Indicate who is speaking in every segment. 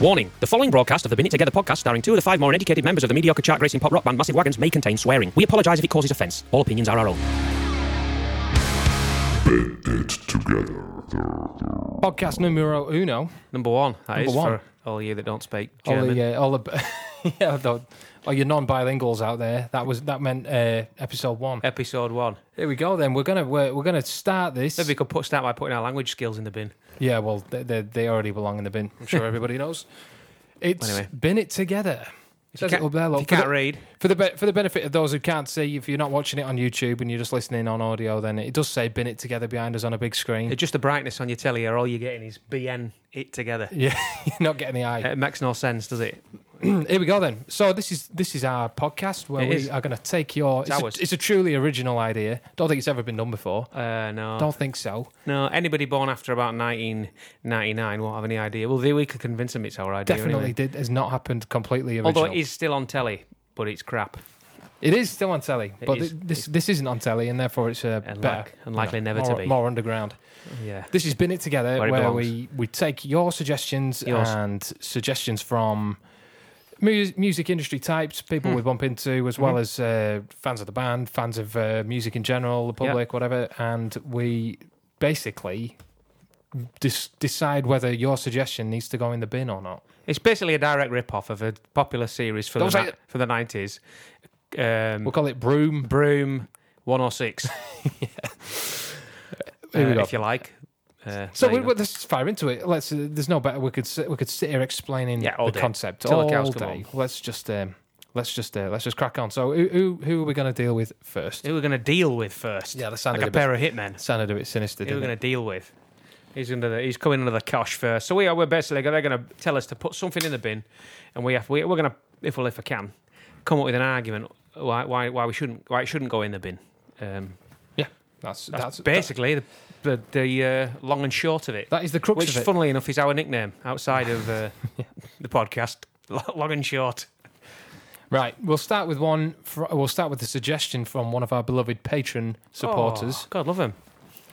Speaker 1: Warning The following broadcast of the Bin It Together podcast, starring two of the five more educated members of the mediocre chart racing pop rock band Massive Wagons, may contain swearing. We apologise if it causes offence. All opinions are our own.
Speaker 2: it together.
Speaker 3: Podcast numero uno.
Speaker 4: Number one. that
Speaker 3: Number
Speaker 4: is
Speaker 3: one.
Speaker 4: for all you that don't speak
Speaker 3: All
Speaker 4: German.
Speaker 3: the, uh, all the, yeah, the, all your non-bilinguals out there. That was that meant uh, episode one.
Speaker 4: Episode one.
Speaker 3: Here we go. Then we're gonna we're, we're gonna start this.
Speaker 4: Maybe we could put, start by putting our language skills in the bin.
Speaker 3: Yeah, well, they, they, they already belong in the bin. I'm sure everybody knows. It's
Speaker 4: Anyway.
Speaker 3: bin it together.
Speaker 4: If
Speaker 3: Says
Speaker 4: you
Speaker 3: it up there,
Speaker 4: if
Speaker 3: look,
Speaker 4: you
Speaker 3: for
Speaker 4: can't
Speaker 3: the-
Speaker 4: read,
Speaker 3: For the be- for the benefit of those who can't see, if you're not watching it on YouTube and you're just listening on audio, then it does say bin it together behind us on a big screen.
Speaker 4: it's just the brightness on your telly, or all you're getting is BN it together.
Speaker 3: yeah, you're not getting the eye.
Speaker 4: It makes no sense, does it?
Speaker 3: Here we go then. So this is this is our podcast where
Speaker 4: It
Speaker 3: we
Speaker 4: is.
Speaker 3: are going to take your.
Speaker 4: It's
Speaker 3: It's a,
Speaker 4: ours.
Speaker 3: it's a truly original idea. Don't think it's ever been done before.
Speaker 4: Uh, no.
Speaker 3: Don't think so.
Speaker 4: No, anybody born after about 1999 won't have any idea. Well, they, we could convince them it's our idea.
Speaker 3: Definitely
Speaker 4: anyway.
Speaker 3: did has not happened completely original.
Speaker 4: Although it is still on telly, but it's crap.
Speaker 3: it is still on telly,
Speaker 4: It
Speaker 3: but
Speaker 4: is.
Speaker 3: thi- this this isn't on telly, and therefore it's uh,
Speaker 4: Unlike-
Speaker 3: better,
Speaker 4: unlikely never to
Speaker 3: more,
Speaker 4: be.
Speaker 3: more underground.
Speaker 4: Yeah.
Speaker 3: This has been it together,
Speaker 4: Where
Speaker 3: where,
Speaker 4: it belongs.
Speaker 3: we we take your suggestions
Speaker 4: Yours.
Speaker 3: and suggestions from. mu- Music industry types, people
Speaker 4: Hmm.
Speaker 3: we bump into, as well as uh, fans of the band, fans of uh, music in general, the
Speaker 4: Yeah.
Speaker 3: public, whatever. And we basically dis- decide whether your suggestion needs to go in the bin or not.
Speaker 4: It's basically a direct rip-off of a popular series for, the,
Speaker 3: Don't say
Speaker 4: ni-
Speaker 3: it.
Speaker 4: for the 90s. Um,
Speaker 3: We'll call it Broom.
Speaker 4: Broom 106, uh,
Speaker 3: Here we go.
Speaker 4: if you like. Uh,
Speaker 3: So
Speaker 4: there you
Speaker 3: we,
Speaker 4: go.
Speaker 3: well, let's fire into it. Let's. Uh, there's no better. We could sit, we could sit here explaining
Speaker 4: Yeah, all
Speaker 3: the
Speaker 4: day.
Speaker 3: concept
Speaker 4: Till
Speaker 3: all
Speaker 4: the cows come
Speaker 3: day.
Speaker 4: home.
Speaker 3: Let's just um, let's just uh, let's just crack on. So who who, who are we going to deal with first?
Speaker 4: Who we're going to deal with first?
Speaker 3: Yeah, that sounded
Speaker 4: like a
Speaker 3: a bit-
Speaker 4: pair of hitmen.
Speaker 3: Sounded a bit sinister.
Speaker 4: Who we're
Speaker 3: Didn't
Speaker 4: going to
Speaker 3: it?
Speaker 4: deal with? He's under the, he's coming under the cosh first. So we are we're basically they're going to tell us to put something in the bin, and we have we, we're going to if well if I can come up with an argument why why why we shouldn't why it shouldn't go in the bin. Um,
Speaker 3: That's
Speaker 4: that's,
Speaker 3: that's,
Speaker 4: basically the the, the uh, long and short of it.
Speaker 3: that is the crux
Speaker 4: which,
Speaker 3: of it.
Speaker 4: funnily enough, is our nickname outside of uh, the podcast. Long and short.
Speaker 3: Right. We'll start with one. Fr- we'll start with the suggestion from one of our beloved patron supporters,
Speaker 4: Oh, God love him.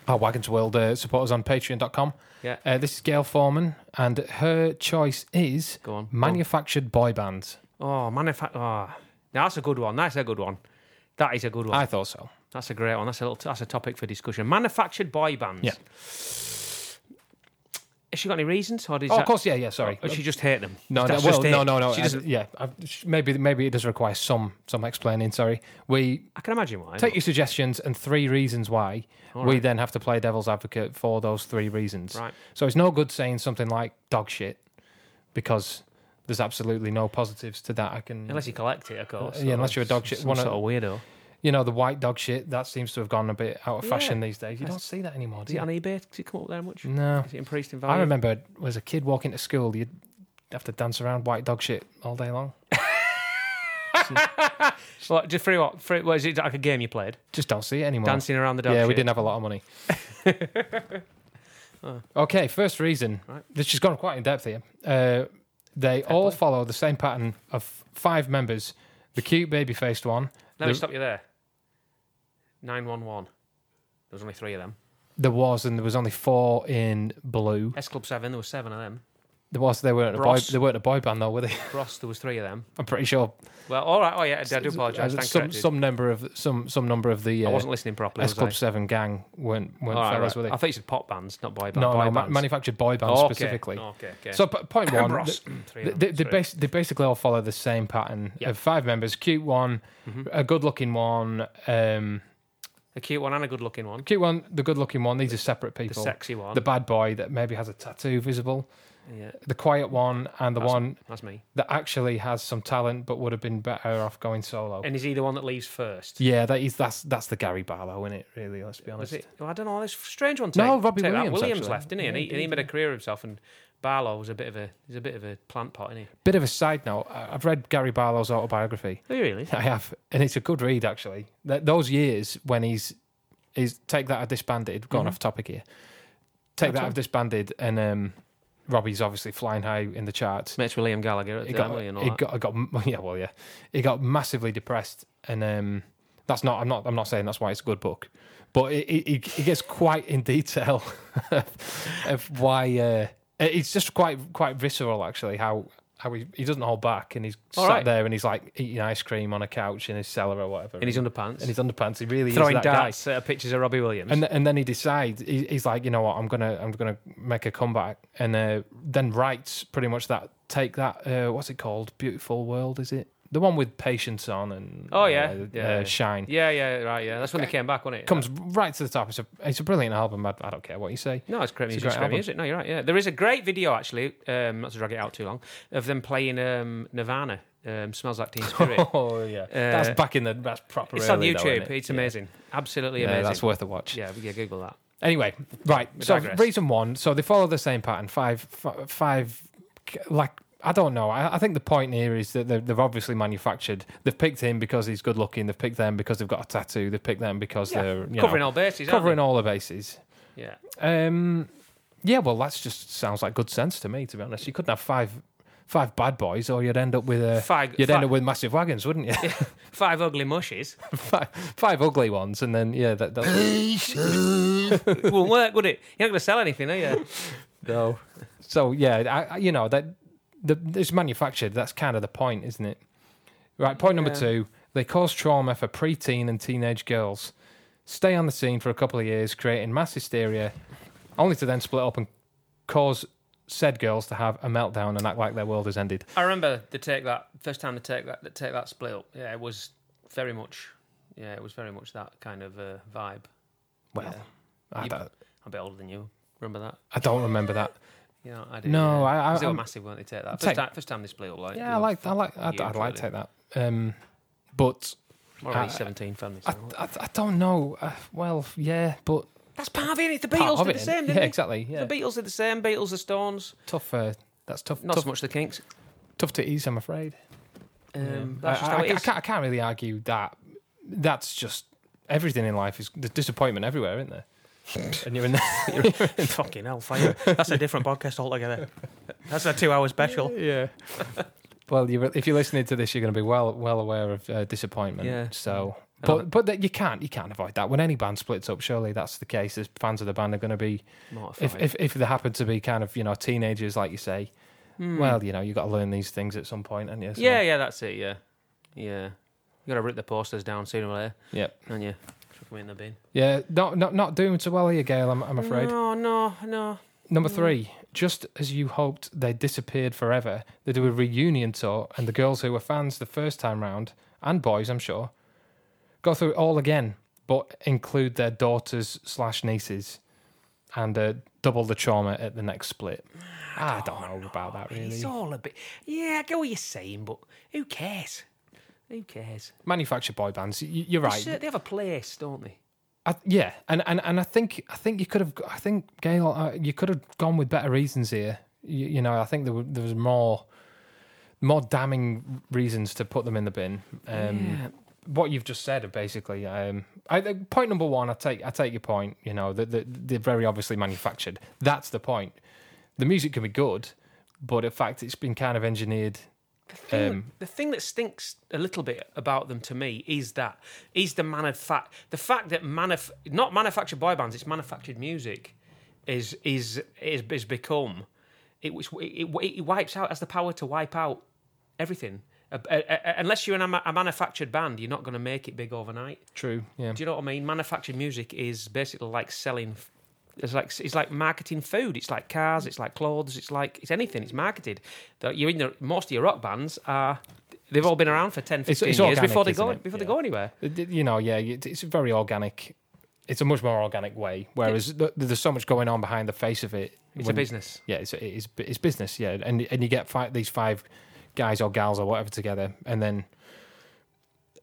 Speaker 3: our Wagons World uh, supporters on Patreon.com.
Speaker 4: Yeah.
Speaker 3: Uh, this is Gail Foreman, and her choice is
Speaker 4: Go on. Go on.
Speaker 3: manufactured boy bands.
Speaker 4: Oh, manufa- oh. Now that's a good one. That's a good one. That is a good one.
Speaker 3: I thought so.
Speaker 4: that's a great one. That's a little, that's a topic for discussion. Manufactured boy bands.
Speaker 3: Yeah.
Speaker 4: Has she got any reasons, or did
Speaker 3: Oh,
Speaker 4: that,
Speaker 3: of course. Yeah. Yeah. Sorry.
Speaker 4: or she just hate them?
Speaker 3: No, no,
Speaker 4: That's
Speaker 3: well,
Speaker 4: just it.
Speaker 3: no, no, no.
Speaker 4: She
Speaker 3: I-
Speaker 4: doesn't-
Speaker 3: yeah, I, sh- maybe maybe it does require some some explaining. Sorry, we
Speaker 4: I can imagine why.
Speaker 3: take your suggestions and three reasons why.
Speaker 4: All
Speaker 3: We
Speaker 4: right.
Speaker 3: then have to play devil's advocate for those three reasons.
Speaker 4: Right.
Speaker 3: So it's no good saying something like dog shit because there's absolutely no positives to that. I can
Speaker 4: Unless you collect it, of course.
Speaker 3: Yeah, unless
Speaker 4: or
Speaker 3: you're a dog shit-
Speaker 4: some
Speaker 3: one of-
Speaker 4: sort of weirdo.
Speaker 3: you know the white dog shit that seems to have gone a bit out of
Speaker 4: Yeah.
Speaker 3: fashion these days. You
Speaker 4: That's-
Speaker 3: don't see that anymore, do
Speaker 4: Is it
Speaker 3: you?
Speaker 4: on eBay? Does it come up there much?
Speaker 3: no,
Speaker 4: Is it increased in value?
Speaker 3: Mm. I remember as a kid walking to school, you'd have to dance around white dog shit all day long.
Speaker 4: What, just free what? Free, what is it like a game you played?
Speaker 3: Just don't see it anymore.
Speaker 4: Dancing around the dog.
Speaker 3: yeah, we
Speaker 4: shit?
Speaker 3: didn't have a lot of money. Okay, first reason.
Speaker 4: Right.
Speaker 3: This has gone quite in depth here. Uh, they all
Speaker 4: play.
Speaker 3: follow the same pattern of five members. The cute baby faced one,
Speaker 4: Let
Speaker 3: The-
Speaker 4: me stop you there. Nine one one. There's only three of them.
Speaker 3: there was, and there was only four in blue.
Speaker 4: S Club Seven. There were seven of them.
Speaker 3: There was, they weren't a boy,
Speaker 4: Ross.
Speaker 3: they weren't a boy band though, were they?
Speaker 4: Ross. There was three of them.
Speaker 3: I'm pretty sure.
Speaker 4: Well, all right. Oh yeah, I do apologise. Thanks,
Speaker 3: some some number of some some number of the
Speaker 4: I
Speaker 3: uh,
Speaker 4: wasn't listening properly.
Speaker 3: S
Speaker 4: Was
Speaker 3: Club
Speaker 4: I?
Speaker 3: Seven gang weren't weren't
Speaker 4: eh? All right,
Speaker 3: fellas,
Speaker 4: right.
Speaker 3: were they?
Speaker 4: I thought you said pop bands, not boy, ba-
Speaker 3: no,
Speaker 4: boy
Speaker 3: no, ma-
Speaker 4: bands.
Speaker 3: manufactured boy bands
Speaker 4: Oh, okay.
Speaker 3: specifically.
Speaker 4: Okay, okay.
Speaker 3: So p- point one,
Speaker 4: Ross.
Speaker 3: th-
Speaker 4: Three
Speaker 3: They,
Speaker 4: of
Speaker 3: they,
Speaker 4: them,
Speaker 3: they,
Speaker 4: three.
Speaker 3: bas- they basically all follow the same pattern
Speaker 4: Yeah. Mm-hmm.
Speaker 3: of five members: cute one, a good-looking one, um,
Speaker 4: a cute one and a good-looking one.
Speaker 3: cute one, the good-looking one. These are separate
Speaker 4: The
Speaker 3: people.
Speaker 4: sexy one.
Speaker 3: The bad boy that maybe has a tattoo visible,
Speaker 4: yeah,
Speaker 3: the quiet one, and the
Speaker 4: That's-
Speaker 3: one
Speaker 4: that's me.
Speaker 3: that actually has some talent but would have been better off going solo.
Speaker 4: And is he the one that leaves first?
Speaker 3: yeah, that is that's that's the Gary Barlow in it, really. Let's be
Speaker 4: Was
Speaker 3: honest.
Speaker 4: it? Well, I don't know. This strange one. Take,
Speaker 3: No, Robbie
Speaker 4: take that.
Speaker 3: Williams,
Speaker 4: Williams
Speaker 3: actually.
Speaker 4: left, didn't he? and
Speaker 3: Yeah,
Speaker 4: he,
Speaker 3: he
Speaker 4: and he
Speaker 3: did,
Speaker 4: made a
Speaker 3: yeah.
Speaker 4: career of himself. And Barlow was a bit of a he's a bit of a plant pot, isn't
Speaker 3: Bit of a side note: I- I've read Gary Barlow's autobiography.
Speaker 4: he? Really?
Speaker 3: I have, and it's a good read actually. That those years when he's is take that I've disbanded. Gone
Speaker 4: Mhm.
Speaker 3: off topic here. Take
Speaker 4: That's
Speaker 3: that
Speaker 4: all
Speaker 3: I've disbanded, and um, Robbie's obviously flying high in the charts.
Speaker 4: Mates with Liam Gallagher at
Speaker 3: It
Speaker 4: the
Speaker 3: got,
Speaker 4: time, you know
Speaker 3: it
Speaker 4: that.
Speaker 3: got, it got, yeah, well, yeah, it got massively depressed, and um, that's not. I'm not. I'm not saying that's why it's a good book, but it it, it it gets quite in detail of why uh, It- It's just quite quite visceral, actually. How how he, he doesn't hold back, and he's
Speaker 4: All
Speaker 3: sat
Speaker 4: right.
Speaker 3: there and he's like eating ice cream on a couch in his cellar or whatever,
Speaker 4: in his underpants,
Speaker 3: in his underpants. He really
Speaker 4: throwing
Speaker 3: is that guy.
Speaker 4: darts at pictures of Robbie Williams.
Speaker 3: And th- and then he decides he, he's like, you know what, I'm gonna I'm gonna make a comeback, and uh, then writes pretty much that take that uh, what's it called? Beautiful world, is it? The one with patience on and
Speaker 4: Oh, yeah.
Speaker 3: uh, uh,
Speaker 4: Yeah.
Speaker 3: shine.
Speaker 4: yeah, yeah, right, yeah. That's when they came back, wasn't it?
Speaker 3: Comes right to the top. It's a it's a brilliant album. I, I don't care what you say.
Speaker 4: No, it's great
Speaker 3: It's a
Speaker 4: music.
Speaker 3: great
Speaker 4: It's great,
Speaker 3: album.
Speaker 4: music. No, you're right. Yeah, there is a great video actually. Um, not to drag it out too long, of them playing um, Nirvana. Um, Smells like Teen Spirit.
Speaker 3: Oh yeah, that's
Speaker 4: Uh,
Speaker 3: back in the that's proper.
Speaker 4: it's
Speaker 3: early
Speaker 4: on
Speaker 3: though,
Speaker 4: YouTube.
Speaker 3: isn't it?
Speaker 4: It's
Speaker 3: Yeah.
Speaker 4: amazing. Absolutely
Speaker 3: Yeah,
Speaker 4: amazing.
Speaker 3: that's worth a watch.
Speaker 4: yeah, yeah. Google that.
Speaker 3: Anyway, right.
Speaker 4: We
Speaker 3: so
Speaker 4: digress.
Speaker 3: reason one. So they follow the same pattern. Five, fi- five. Like I don't know. I, I think the point here is that they've, they've obviously manufactured. They've picked him because he's good looking. They've picked them because they've got a tattoo. They've picked them because
Speaker 4: Yeah,
Speaker 3: they're you
Speaker 4: covering
Speaker 3: know,
Speaker 4: all bases. aren't
Speaker 3: covering
Speaker 4: they?
Speaker 3: all the bases.
Speaker 4: Yeah.
Speaker 3: Um, yeah. Well, that's just sounds like good sense to me. To be honest, you couldn't have five, five bad boys, or you'd end up with a.
Speaker 4: Five,
Speaker 3: You'd
Speaker 4: five,
Speaker 3: end up with massive wagons, wouldn't you?
Speaker 4: five ugly mushes.
Speaker 3: five, five ugly ones, and then yeah, that, that
Speaker 4: it won't work, would it? You're not going to sell anything, are you?
Speaker 3: no. So yeah, I, I, you know that the, it's manufactured. That's kind of the point, isn't it? Right. Point number
Speaker 4: Yeah.
Speaker 3: two: they cause trauma for preteen and teenage girls. Stay on the scene for a couple of years, creating mass hysteria, only to then split up and cause said girls to have a meltdown and act like their world has ended.
Speaker 4: I remember the take that first time the take that the take that split up. Yeah, it was very much. Yeah, it was very much that kind of uh, vibe.
Speaker 3: Well,
Speaker 4: Yeah.
Speaker 3: I,
Speaker 4: You-
Speaker 3: don't,
Speaker 4: I'm a bit older than you. Remember that?
Speaker 3: I don't remember that.
Speaker 4: You know, I did.
Speaker 3: No,
Speaker 4: yeah.
Speaker 3: I- I-
Speaker 4: 'Cause they were
Speaker 3: I'm-
Speaker 4: massive, weren't they? Take that first,
Speaker 3: Take-
Speaker 4: time, first time they split up. Like
Speaker 3: Yeah, I like, I like, I'd,
Speaker 4: Yeah,
Speaker 3: I'd like to take
Speaker 4: absolutely.
Speaker 3: that. Um, but
Speaker 4: More like
Speaker 3: I-
Speaker 4: seventeen families.
Speaker 3: I, I, I don't know. Uh, well, yeah, but
Speaker 4: That's part of it. It's the
Speaker 3: part
Speaker 4: Beatles
Speaker 3: of
Speaker 4: did
Speaker 3: it,
Speaker 4: the same,
Speaker 3: yeah,
Speaker 4: didn't they?
Speaker 3: exactly. Yeah.
Speaker 4: The Beatles did the same. Beatles, the Stones.
Speaker 3: tough. Uh, that's tough.
Speaker 4: Not
Speaker 3: tough,
Speaker 4: so much the Kinks.
Speaker 3: tough to ease. I'm afraid.
Speaker 4: Um,
Speaker 3: I,
Speaker 4: That's just
Speaker 3: I-
Speaker 4: how
Speaker 3: I
Speaker 4: it is.
Speaker 3: can't, I can't really argue that. That's just everything in life is there's disappointment everywhere, isn't there? and you're in
Speaker 4: Fucking hell, fire. That's a different podcast altogether. That's a two-hour special.
Speaker 3: yeah. well, you if you're listening to this, you're going to be well well aware of uh, disappointment.
Speaker 4: Yeah.
Speaker 3: So,
Speaker 4: I know
Speaker 3: but but that you can't you can't avoid that when any band splits up. Surely that's the case. As fans of the band are going to be if,
Speaker 4: Mortified.
Speaker 3: if if they happen to be kind of you know teenagers like you say.
Speaker 4: Hmm.
Speaker 3: Well, you know you got to learn these things at some point, and you? So-
Speaker 4: yeah, yeah, that's it. Yeah, yeah. You gotta rip the posters down sooner or later,
Speaker 3: Yep.
Speaker 4: and you chuck them in the bin.
Speaker 3: Yeah, not not not doing too well here, Gail. I'm I'm afraid.
Speaker 4: No, no, no.
Speaker 3: Number three, just as you hoped they disappeared forever, they do a reunion tour, and the girls who were fans the first time round, and boys, I'm sure, go through it all again, but include their daughters slash nieces, and uh, double the trauma at the next split. I don't, know, about that really.
Speaker 4: It's all a bit. Yeah, I get what you're saying, but who cares? Who cares?
Speaker 3: Manufactured boy bands, y- you're
Speaker 4: They
Speaker 3: right.
Speaker 4: cer- They have a place, don't they?
Speaker 3: I, yeah, and, and and I think I think you could have I think Gail uh, you could have gone with better reasons here. You, you know, I think there were, there was more more damning reasons to put them in the bin. Um,
Speaker 4: Yeah.
Speaker 3: What you've just said, basically, um, I, think point number one, I take I take your point. You know, that that they're very obviously manufactured. That's the point. The music can be good, but in fact, it's been kind of engineered.
Speaker 4: thing-
Speaker 3: Um,
Speaker 4: the thing that stinks a little bit about them to me is that is the manuf fact the fact that manuf not manufactured boy bands it's manufactured music is is is, is become it, was- it it it wipes out has the power to wipe out everything. Uh, uh, uh, unless you're in a, ma- a manufactured band, you're not going to make it big overnight.
Speaker 3: True. Yeah.
Speaker 4: Do you know what I mean? Manufactured music is basically like selling. f- It's like it's like marketing food. It's like cars. It's like clothes. It's like it's anything. It's marketed. That You're in the most of your rock bands are. They've all been around for 10, 15
Speaker 3: It's- it's
Speaker 4: years
Speaker 3: organic,
Speaker 4: before they
Speaker 3: isn't
Speaker 4: go
Speaker 3: it?
Speaker 4: before
Speaker 3: Yeah.
Speaker 4: they go anywhere.
Speaker 3: It- it- you know, yeah, it- it's very organic. It's a much more organic way, whereas th there's so much going on behind the face of it.
Speaker 4: It's
Speaker 3: when-
Speaker 4: a business.
Speaker 3: Yeah, it's, it's it's business. Yeah, and and you get five, these five guys or gals or whatever together, and then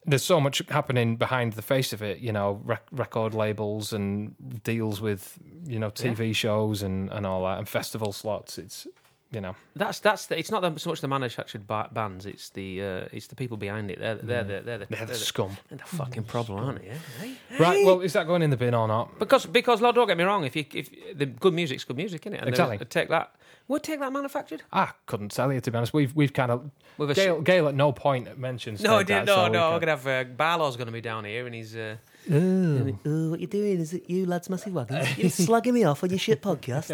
Speaker 3: there's so much happening behind the face of it. You know, rec- record labels and deals with you know TV shows and and all that, and festival slots. It's you know,
Speaker 4: That's that's the, it's not the, so much the manufactured ba- bands. It's the uh, it's the people behind it. They're they're the, they're the,
Speaker 3: Mm. they're
Speaker 4: they're
Speaker 3: the Mm.
Speaker 4: the,
Speaker 3: scum.
Speaker 4: they're the fucking problem, aren't they? eh?
Speaker 3: Right. Well, is that going in the bin or not?
Speaker 4: Because because Lord, don't get me wrong. If you if the good music's good music, isn't it? And
Speaker 3: Exactly.
Speaker 4: they Take that. Would take that manufactured
Speaker 3: I couldn't tell you to be honest. We've we've kind of
Speaker 4: with a s-
Speaker 3: Gail, Gail at no point mentions.
Speaker 4: No, I
Speaker 3: Ted
Speaker 4: didn't.
Speaker 3: Dad, so
Speaker 4: No,
Speaker 3: we
Speaker 4: no. We're
Speaker 3: can't-
Speaker 4: gonna have uh, Barlow's gonna be down here, and he's. Uh,
Speaker 5: Oh, what you're doing is it you lads massive wagons? You're slagging me off on your shit podcast.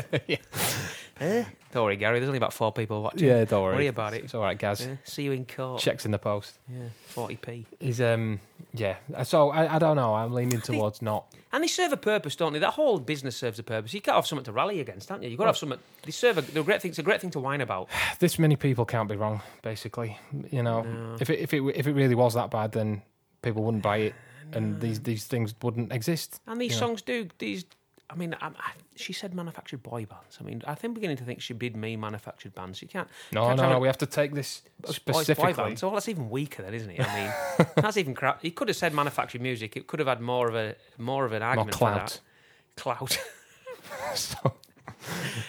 Speaker 4: Don't worry, Gary. There's only about four people watching.
Speaker 3: Yeah, don't worry.
Speaker 4: Worry about it.
Speaker 3: It's all right, Gaz.
Speaker 4: Yeah, see you in court.
Speaker 3: Checks in the post.
Speaker 4: Yeah, 40p.
Speaker 3: He's um yeah. So I, I don't know. I'm leaning towards not.
Speaker 4: And they serve a purpose, don't they? That whole business serves a purpose. You can't have something to rally against, haven't you? You've got to have something. They serve a, they're a great thing. It's a great thing to whine about.
Speaker 3: This many people can't be wrong. Basically, you know,
Speaker 4: No.
Speaker 3: if it if it if it really was that bad, then people wouldn't buy it, and these these things wouldn't exist.
Speaker 4: And these
Speaker 3: Yeah.
Speaker 4: songs do. These. I mean, I, I, she said manufactured boy bands. I mean, I think beginning to think she did mean manufactured bands. You can't.
Speaker 3: No,
Speaker 4: can't
Speaker 3: no,
Speaker 4: have
Speaker 3: no.
Speaker 4: a-
Speaker 3: We have to take this
Speaker 4: boy- Boy
Speaker 3: specifically.
Speaker 4: bands. Oh, that's even weaker, then, isn't it? I mean, that's even crap. He could have said manufactured music. It could have had more of a more of an
Speaker 3: More
Speaker 4: argument for
Speaker 3: clout.
Speaker 4: that. Clout.
Speaker 3: so,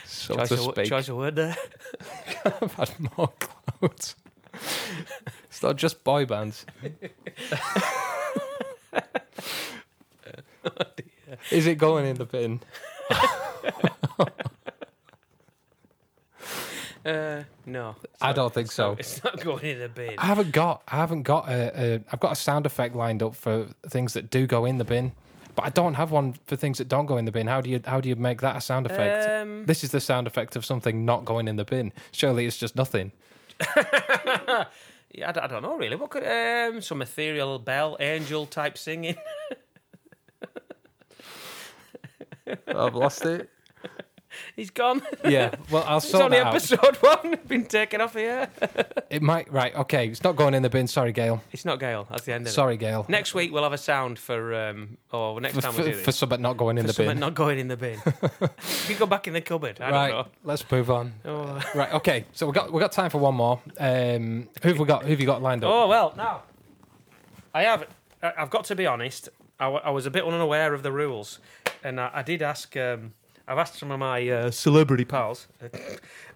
Speaker 3: so
Speaker 4: choice,
Speaker 3: to
Speaker 4: of, wo-
Speaker 3: speak.
Speaker 4: choice of word there.
Speaker 3: I've had more clouds. it's not just boy bands. Is it going in the bin?
Speaker 4: Uh, no,
Speaker 3: I don't think so.
Speaker 4: it's not going in the bin.
Speaker 3: I haven't got. I haven't got a, a. I've got a sound effect lined up for things that do go in the bin, but I don't have one for things that don't go in the bin. How do you? How do you make that a sound effect?
Speaker 4: Um,
Speaker 3: this is the sound effect of something not going in the bin. Surely it's just nothing.
Speaker 4: yeah, I, d- I don't know really. What could um, some ethereal bell angel type singing?
Speaker 3: I've lost it.
Speaker 4: He's gone.
Speaker 3: Yeah. Well, I'll
Speaker 4: It's
Speaker 3: sort
Speaker 4: only
Speaker 3: that out.
Speaker 4: episode one. Been taken off here.
Speaker 3: It might. Right. Okay. It's not going in the bin. Sorry, Gail.
Speaker 4: It's not Gail. That's the end of it.
Speaker 3: Sorry, Gail.
Speaker 4: Next week we'll have a sound for um or next
Speaker 3: for,
Speaker 4: time we do
Speaker 3: for,
Speaker 4: this
Speaker 3: for something not going in the
Speaker 4: for
Speaker 3: bin.
Speaker 4: something not going in the bin. you go back in the cupboard. I
Speaker 3: right.
Speaker 4: don't
Speaker 3: Let's move on.
Speaker 4: know. Oh.
Speaker 3: Right. Okay. So we got we got time for one more. Um, who've we got? Who've you got lined up?
Speaker 4: oh well, now I have. I- I've got to be honest. I, wa- I was a bit unaware of the rules, and I, I did ask. Um, I've asked some of my uh, celebrity pals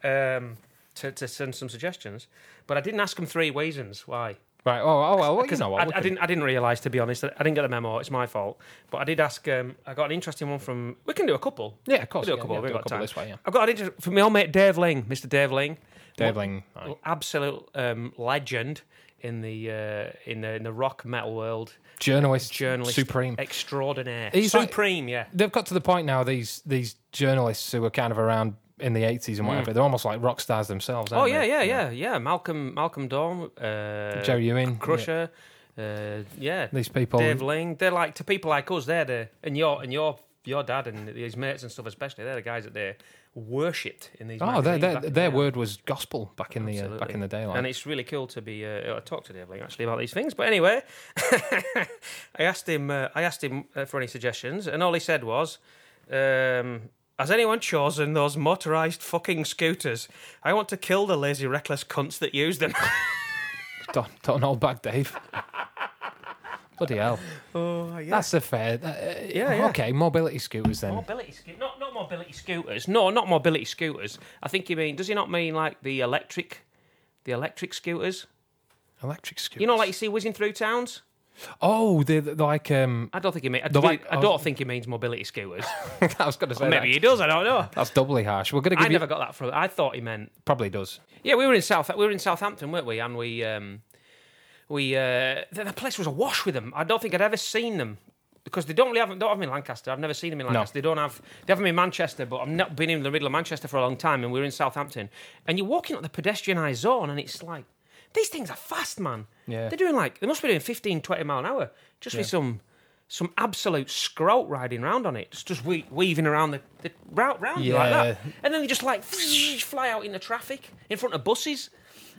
Speaker 4: um, to, to send some suggestions, but I didn't ask them three reasons why.
Speaker 3: Right. Oh. Oh. Well. well, you
Speaker 4: Because
Speaker 3: know what? we
Speaker 4: I, I
Speaker 3: can-
Speaker 4: didn't. I didn't realise, to be honest. I didn't get the memo. It's my fault. But I did ask. Um, I got an interesting one from. We can do a couple.
Speaker 3: Yeah. Of course.
Speaker 4: We'll do
Speaker 3: yeah,
Speaker 4: a couple,
Speaker 3: yeah,
Speaker 4: we've
Speaker 3: do
Speaker 4: got time.
Speaker 3: this way. Yeah.
Speaker 4: I've got an interest from my old mate Dave Ling, Mr. Dave Ling,
Speaker 3: Dabbling.
Speaker 4: absolute um, legend in the uh, in the in the rock metal world,
Speaker 3: Journalist.
Speaker 4: journalist
Speaker 3: Supreme.
Speaker 4: extraordinaire,
Speaker 3: He's like-
Speaker 4: supreme. yeah,
Speaker 3: They've got to the point now. These these journalists who were kind of around in the eighties and whatever. They're almost like rock stars themselves.
Speaker 4: Hmm. oh
Speaker 3: aren't
Speaker 4: yeah,
Speaker 3: they?
Speaker 4: yeah, yeah, yeah. Malcolm Malcolm Dawn, uh,
Speaker 3: Joe Ewing. yeah.
Speaker 4: Crusher, uh, yeah,
Speaker 3: These people.
Speaker 4: Dave Ling. They're like to people like us. They're the and your and your your dad and his mates and stuff especially. They're the guys that they worshipped in these.
Speaker 3: Oh, their
Speaker 4: magazines
Speaker 3: their,
Speaker 4: back in the
Speaker 3: their
Speaker 4: day.
Speaker 3: word was gospel back in the uh, back
Speaker 4: Absolutely.
Speaker 3: in the day. Like.
Speaker 4: And it's really cool to be uh, I talk to Dave Ling actually about these things. But anyway, I asked him. Uh, I asked him uh, for any suggestions, and all he said was, um, "Has anyone chosen those motorized fucking scooters? I want to kill the lazy, reckless cunts that use them."
Speaker 3: don't, don't hold back, Dave. Bloody hell.
Speaker 4: oh yeah.
Speaker 3: That's a fair. that- uh,
Speaker 4: Yeah, yeah.
Speaker 3: Okay, mobility scooters then.
Speaker 4: Mobility scooters, not not mobility scooters. No, not mobility scooters. I think you mean. Does he not mean like the electric, the electric scooters?
Speaker 3: Electric scooters.
Speaker 4: You know, like you see whizzing through towns.
Speaker 3: oh, they're, they're like um.
Speaker 4: I don't think he means. I,
Speaker 3: The
Speaker 4: do-
Speaker 3: like-
Speaker 4: I don't think he means mobility scooters.
Speaker 3: I was going to say
Speaker 4: Maybe
Speaker 3: that.
Speaker 4: he does. I don't know.
Speaker 3: That's doubly harsh. We're going to
Speaker 4: I
Speaker 3: give you
Speaker 4: never got that from. I thought he meant.
Speaker 3: probably does.
Speaker 4: Yeah, we were in South. We were in Southampton, weren't we? And we, um, we uh, the, the place was awash with them. I don't think I'd ever seen them because they don't really have don't have them in Lancaster. I've never seen them in Lancaster. They don't have. They have them in Manchester, but I've not been in the middle of Manchester for a long time. And we were in Southampton, and you're walking up the pedestrianised zone, and it's like these things are fast, man.
Speaker 3: Yeah.
Speaker 4: They're doing like they must be doing 15, 20 mile an hour just with some. Some absolute scrout riding round on it, just, just we, weaving around the, the route round you like that.
Speaker 3: Yeah.
Speaker 4: And then they just like fly out into traffic in front of buses.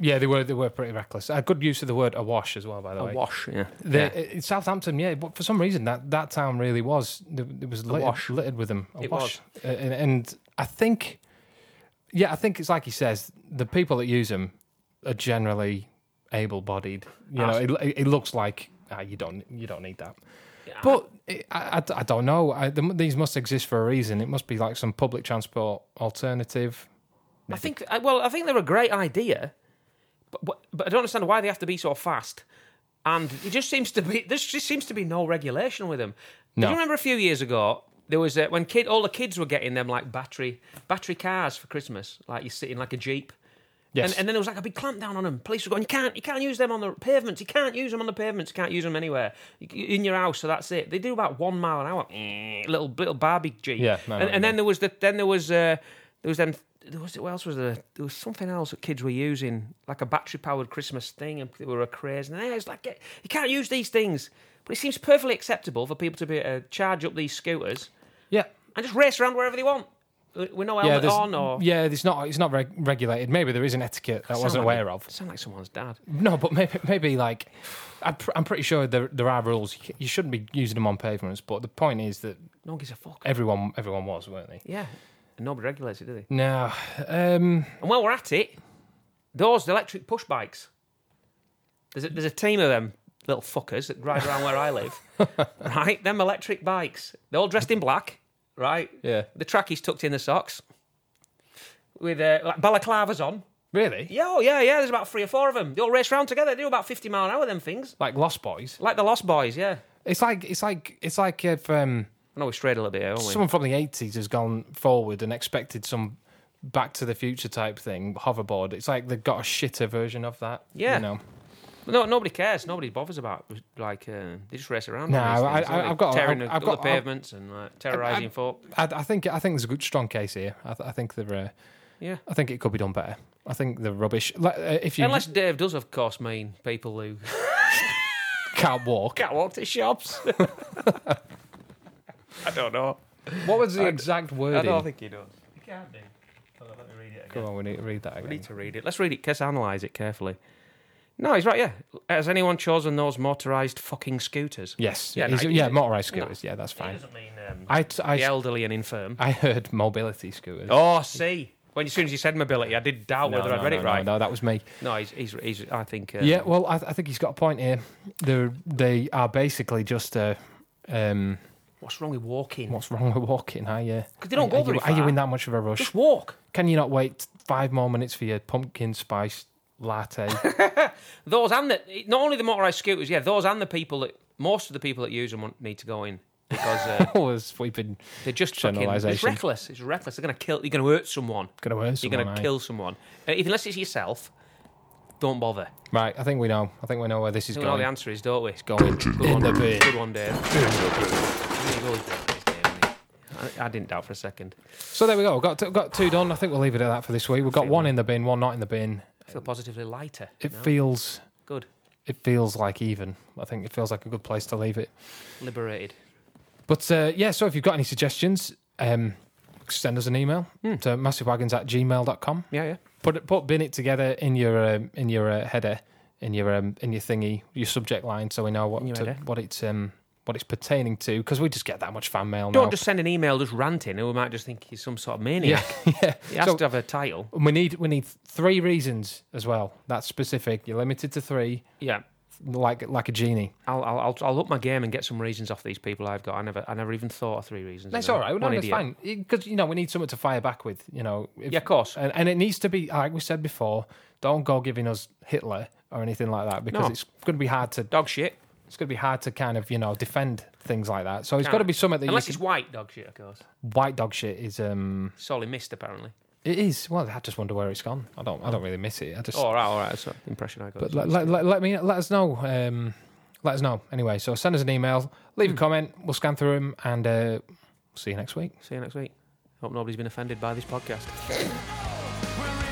Speaker 3: Yeah, they were they were pretty reckless. A good use of the word awash as well, by the way.
Speaker 4: wash, yeah.
Speaker 3: The, uh, Southampton, yeah, but for some reason that, that town really was it was littered,
Speaker 4: wash.
Speaker 3: littered with them.
Speaker 4: It
Speaker 3: Awash. Uh, and, and I think, yeah, I think it's like he says, the people that use them are generally able-bodied. You know, it, it looks like ah, you don't you don't need that. But it, I, I- I don't know. I, the, these must exist for a reason. It must be like some public transport alternative.
Speaker 4: I think, I- well, I think they're a great idea, but, but, but I don't understand why they have to be so fast. And it just seems to be, there just seems to be no regulation with them. Do
Speaker 3: No.
Speaker 4: you remember a few years ago, there was, uh, when kid, all the kids were getting them like battery, battery cars for Christmas, like you're sitting like a Jeep.
Speaker 3: Yes.
Speaker 4: And, and then there was like a big clamp down on them. Police were going, you can't, you can't use them on the pavements. You can't use them on the pavements. You can't use them anywhere You- you- in your house. So that's it. They do about one mile an hour. Eh, Little little Barbie Jeep.
Speaker 3: Yeah, no,
Speaker 4: and
Speaker 3: no,
Speaker 4: and
Speaker 3: no.
Speaker 4: then there was the then there was uh, there was then there was what else was there? There was something else that kids were using, like a battery-powered Christmas thing, and they were a craze. And I was like, "Get- you can't use these things, but it seems perfectly acceptable for people to be uh, charge up these scooters
Speaker 3: Yeah.
Speaker 4: and just race around wherever they want with with no
Speaker 3: Yeah,
Speaker 4: helmet
Speaker 3: there's-
Speaker 4: on or."
Speaker 3: yeah, it's not it's not reg- regulated. Maybe there is an etiquette that I wasn't
Speaker 4: Sound like-
Speaker 3: aware of.
Speaker 4: Sound like someone's dad.
Speaker 3: No, but maybe maybe like I pr- I'm pretty sure there there are rules. You c- You shouldn't be using them on pavements. But the point is that
Speaker 4: No one gives a fuck.
Speaker 3: everyone everyone was, weren't they?
Speaker 4: Yeah, and nobody regulates it, do they?
Speaker 3: No, um,
Speaker 4: And while we're at it, those electric push bikes. There's a, there's a team of them little fuckers that ride around where I live. right? Them electric bikes. They're all dressed in black, right?
Speaker 3: yeah,
Speaker 4: The trackies tucked in the socks. With uh, like balaclavas on.
Speaker 3: really,
Speaker 4: Yeah, oh, yeah, yeah. There's about three or four of them. They all race round together. They do about 50 mile an hour, them things.
Speaker 3: like Lost Boys.
Speaker 4: Like the Lost Boys, yeah.
Speaker 3: It's like it's like it's like if um,
Speaker 4: I know we strayed a little bit here, haven't we?
Speaker 3: someone from the '80s has gone forward and expected some Back to the Future type thing hoverboard. It's like they've got a shitter version of that.
Speaker 4: Yeah.
Speaker 3: you know.
Speaker 4: No, nobody cares. Nobody bothers about like uh, they just race around. on
Speaker 3: No,
Speaker 4: these
Speaker 3: I-
Speaker 4: things,
Speaker 3: I-
Speaker 4: don't they?
Speaker 3: I've got-
Speaker 4: tearing
Speaker 3: I've-
Speaker 4: up
Speaker 3: I've got-
Speaker 4: the pavements and like, terrorizing folk.
Speaker 3: I, I think I think there's a good strong case here. I, th- I think they're. Uh,
Speaker 4: Yeah.
Speaker 3: I think it could be done better. I think the rubbish. Like, uh, if you
Speaker 4: Unless Dave does, of course, mean people who
Speaker 3: can't walk,
Speaker 4: can't walk to shops. I don't know.
Speaker 3: what was the exact
Speaker 4: I
Speaker 3: wording?
Speaker 4: don't think he does. He can't do. Hold on, let me read it
Speaker 3: Come on, we need to read that
Speaker 4: We
Speaker 3: again.
Speaker 4: need to read it. Let's read it. Let's analyse it carefully. No, he's right, yeah. Has anyone chosen those motorised fucking scooters?
Speaker 3: Yes,
Speaker 4: Yeah,
Speaker 3: yeah,
Speaker 4: no, you
Speaker 3: yeah,
Speaker 4: did-
Speaker 3: motorized scooters. Yeah, that's
Speaker 4: It
Speaker 3: fine.
Speaker 4: doesn't mean um,
Speaker 3: I, t- I,
Speaker 4: the elderly and infirm.
Speaker 3: I heard mobility scooters.
Speaker 4: Oh, see. When as soon as you said mobility, I did doubt
Speaker 3: No,
Speaker 4: whether
Speaker 3: no,
Speaker 4: I'd read
Speaker 3: no,
Speaker 4: it
Speaker 3: no,
Speaker 4: right.
Speaker 3: No, that was me.
Speaker 4: No, he's, he's, he's I think. Uh,
Speaker 3: Yeah, well, I, I think he's got a point here. They're, they are basically just uh Um,
Speaker 4: What's wrong with walking?
Speaker 3: what's wrong with walking? Are you?
Speaker 4: 'Cause they don't
Speaker 3: are,
Speaker 4: go
Speaker 3: are
Speaker 4: very
Speaker 3: you, Are you
Speaker 4: far.
Speaker 3: in that much of a rush?
Speaker 4: Just walk.
Speaker 3: Can you not wait five more minutes for your pumpkin spice latte?
Speaker 4: Those and the not only the motorised scooters, yeah, those and the people that most of the people that use them want, need to go in because uh,
Speaker 3: was weeping.
Speaker 4: they're just fucking it's
Speaker 3: Generalisation.
Speaker 4: reckless. It's reckless. They're gonna kill. You're gonna hurt someone.
Speaker 3: Gonna hurt
Speaker 4: You're gonna
Speaker 3: someone, aye.
Speaker 4: kill someone. Uh, if, unless it's yourself, don't bother.
Speaker 3: Right, I think we know. I think we know where this is
Speaker 4: We know the
Speaker 3: going.
Speaker 4: answer is, don't we?
Speaker 3: Going
Speaker 4: Good
Speaker 3: in
Speaker 4: one,
Speaker 3: the bin.
Speaker 4: Good one, Dave. He's always done this, Dave, hasn't he? I, I didn't doubt for a second.
Speaker 3: So there we go. Got t- got two done. I think we'll leave it at that for this week. We've got one in the bin, one not in the bin.
Speaker 4: I feel positively lighter.
Speaker 3: It
Speaker 4: now.
Speaker 3: feels
Speaker 4: good,
Speaker 3: it feels like even. I think it feels like a good place to leave it.
Speaker 4: liberated.
Speaker 3: But uh, yeah, so if you've got any suggestions, um, send us an email
Speaker 4: Hmm.
Speaker 3: to massivewagons at gmail.com.
Speaker 4: Yeah, yeah.
Speaker 3: Put put bin it together in your um, in your uh, header, in your um, in your thingy, your subject line, so we know what
Speaker 4: In your
Speaker 3: to,
Speaker 4: header.
Speaker 3: what it's um what it's pertaining to because we just get that much fan mail now.
Speaker 4: Don't just send an email just ranting, and we might just think he's some sort of maniac.
Speaker 3: yeah, yeah.
Speaker 4: He has
Speaker 3: So-
Speaker 4: to have a title.
Speaker 3: And we need we need three reasons as well. That's specific. You're limited to three,
Speaker 4: Yeah.
Speaker 3: like like a genie.
Speaker 4: I'll, I'll, I'll, I'll up my game and get some reasons off these people I've got. I never, I never even thought of three reasons.
Speaker 3: That's
Speaker 4: you know.
Speaker 3: all right. No,
Speaker 4: One
Speaker 3: that's
Speaker 4: idiot.
Speaker 3: fine. Because you know we need something to fire back with. You know. If,
Speaker 4: Yeah, of course.
Speaker 3: And, and it needs to be like we said before. Don't go giving us Hitler or anything like that because
Speaker 4: No.
Speaker 3: it's going to be hard to
Speaker 4: Dog shit.
Speaker 3: it's going to be hard to kind of you know defend things like that. So it's
Speaker 4: Can't.
Speaker 3: got to be something that you
Speaker 4: Unless
Speaker 3: can,
Speaker 4: it's white dog shit, of course.
Speaker 3: white dog shit is. um
Speaker 4: It's all he missed, apparently.
Speaker 3: It is. Well, I just wonder where it's gone. I don't. I don't really miss it. I just.
Speaker 4: all right, all right. That's the impression I got.
Speaker 3: But let, let, let, let me let us know. Um, let us know anyway. So send us an email, leave a comment. We'll scan through them, and uh, see you next week.
Speaker 4: See you next week. Hope nobody's been offended by this podcast.
Speaker 5: We're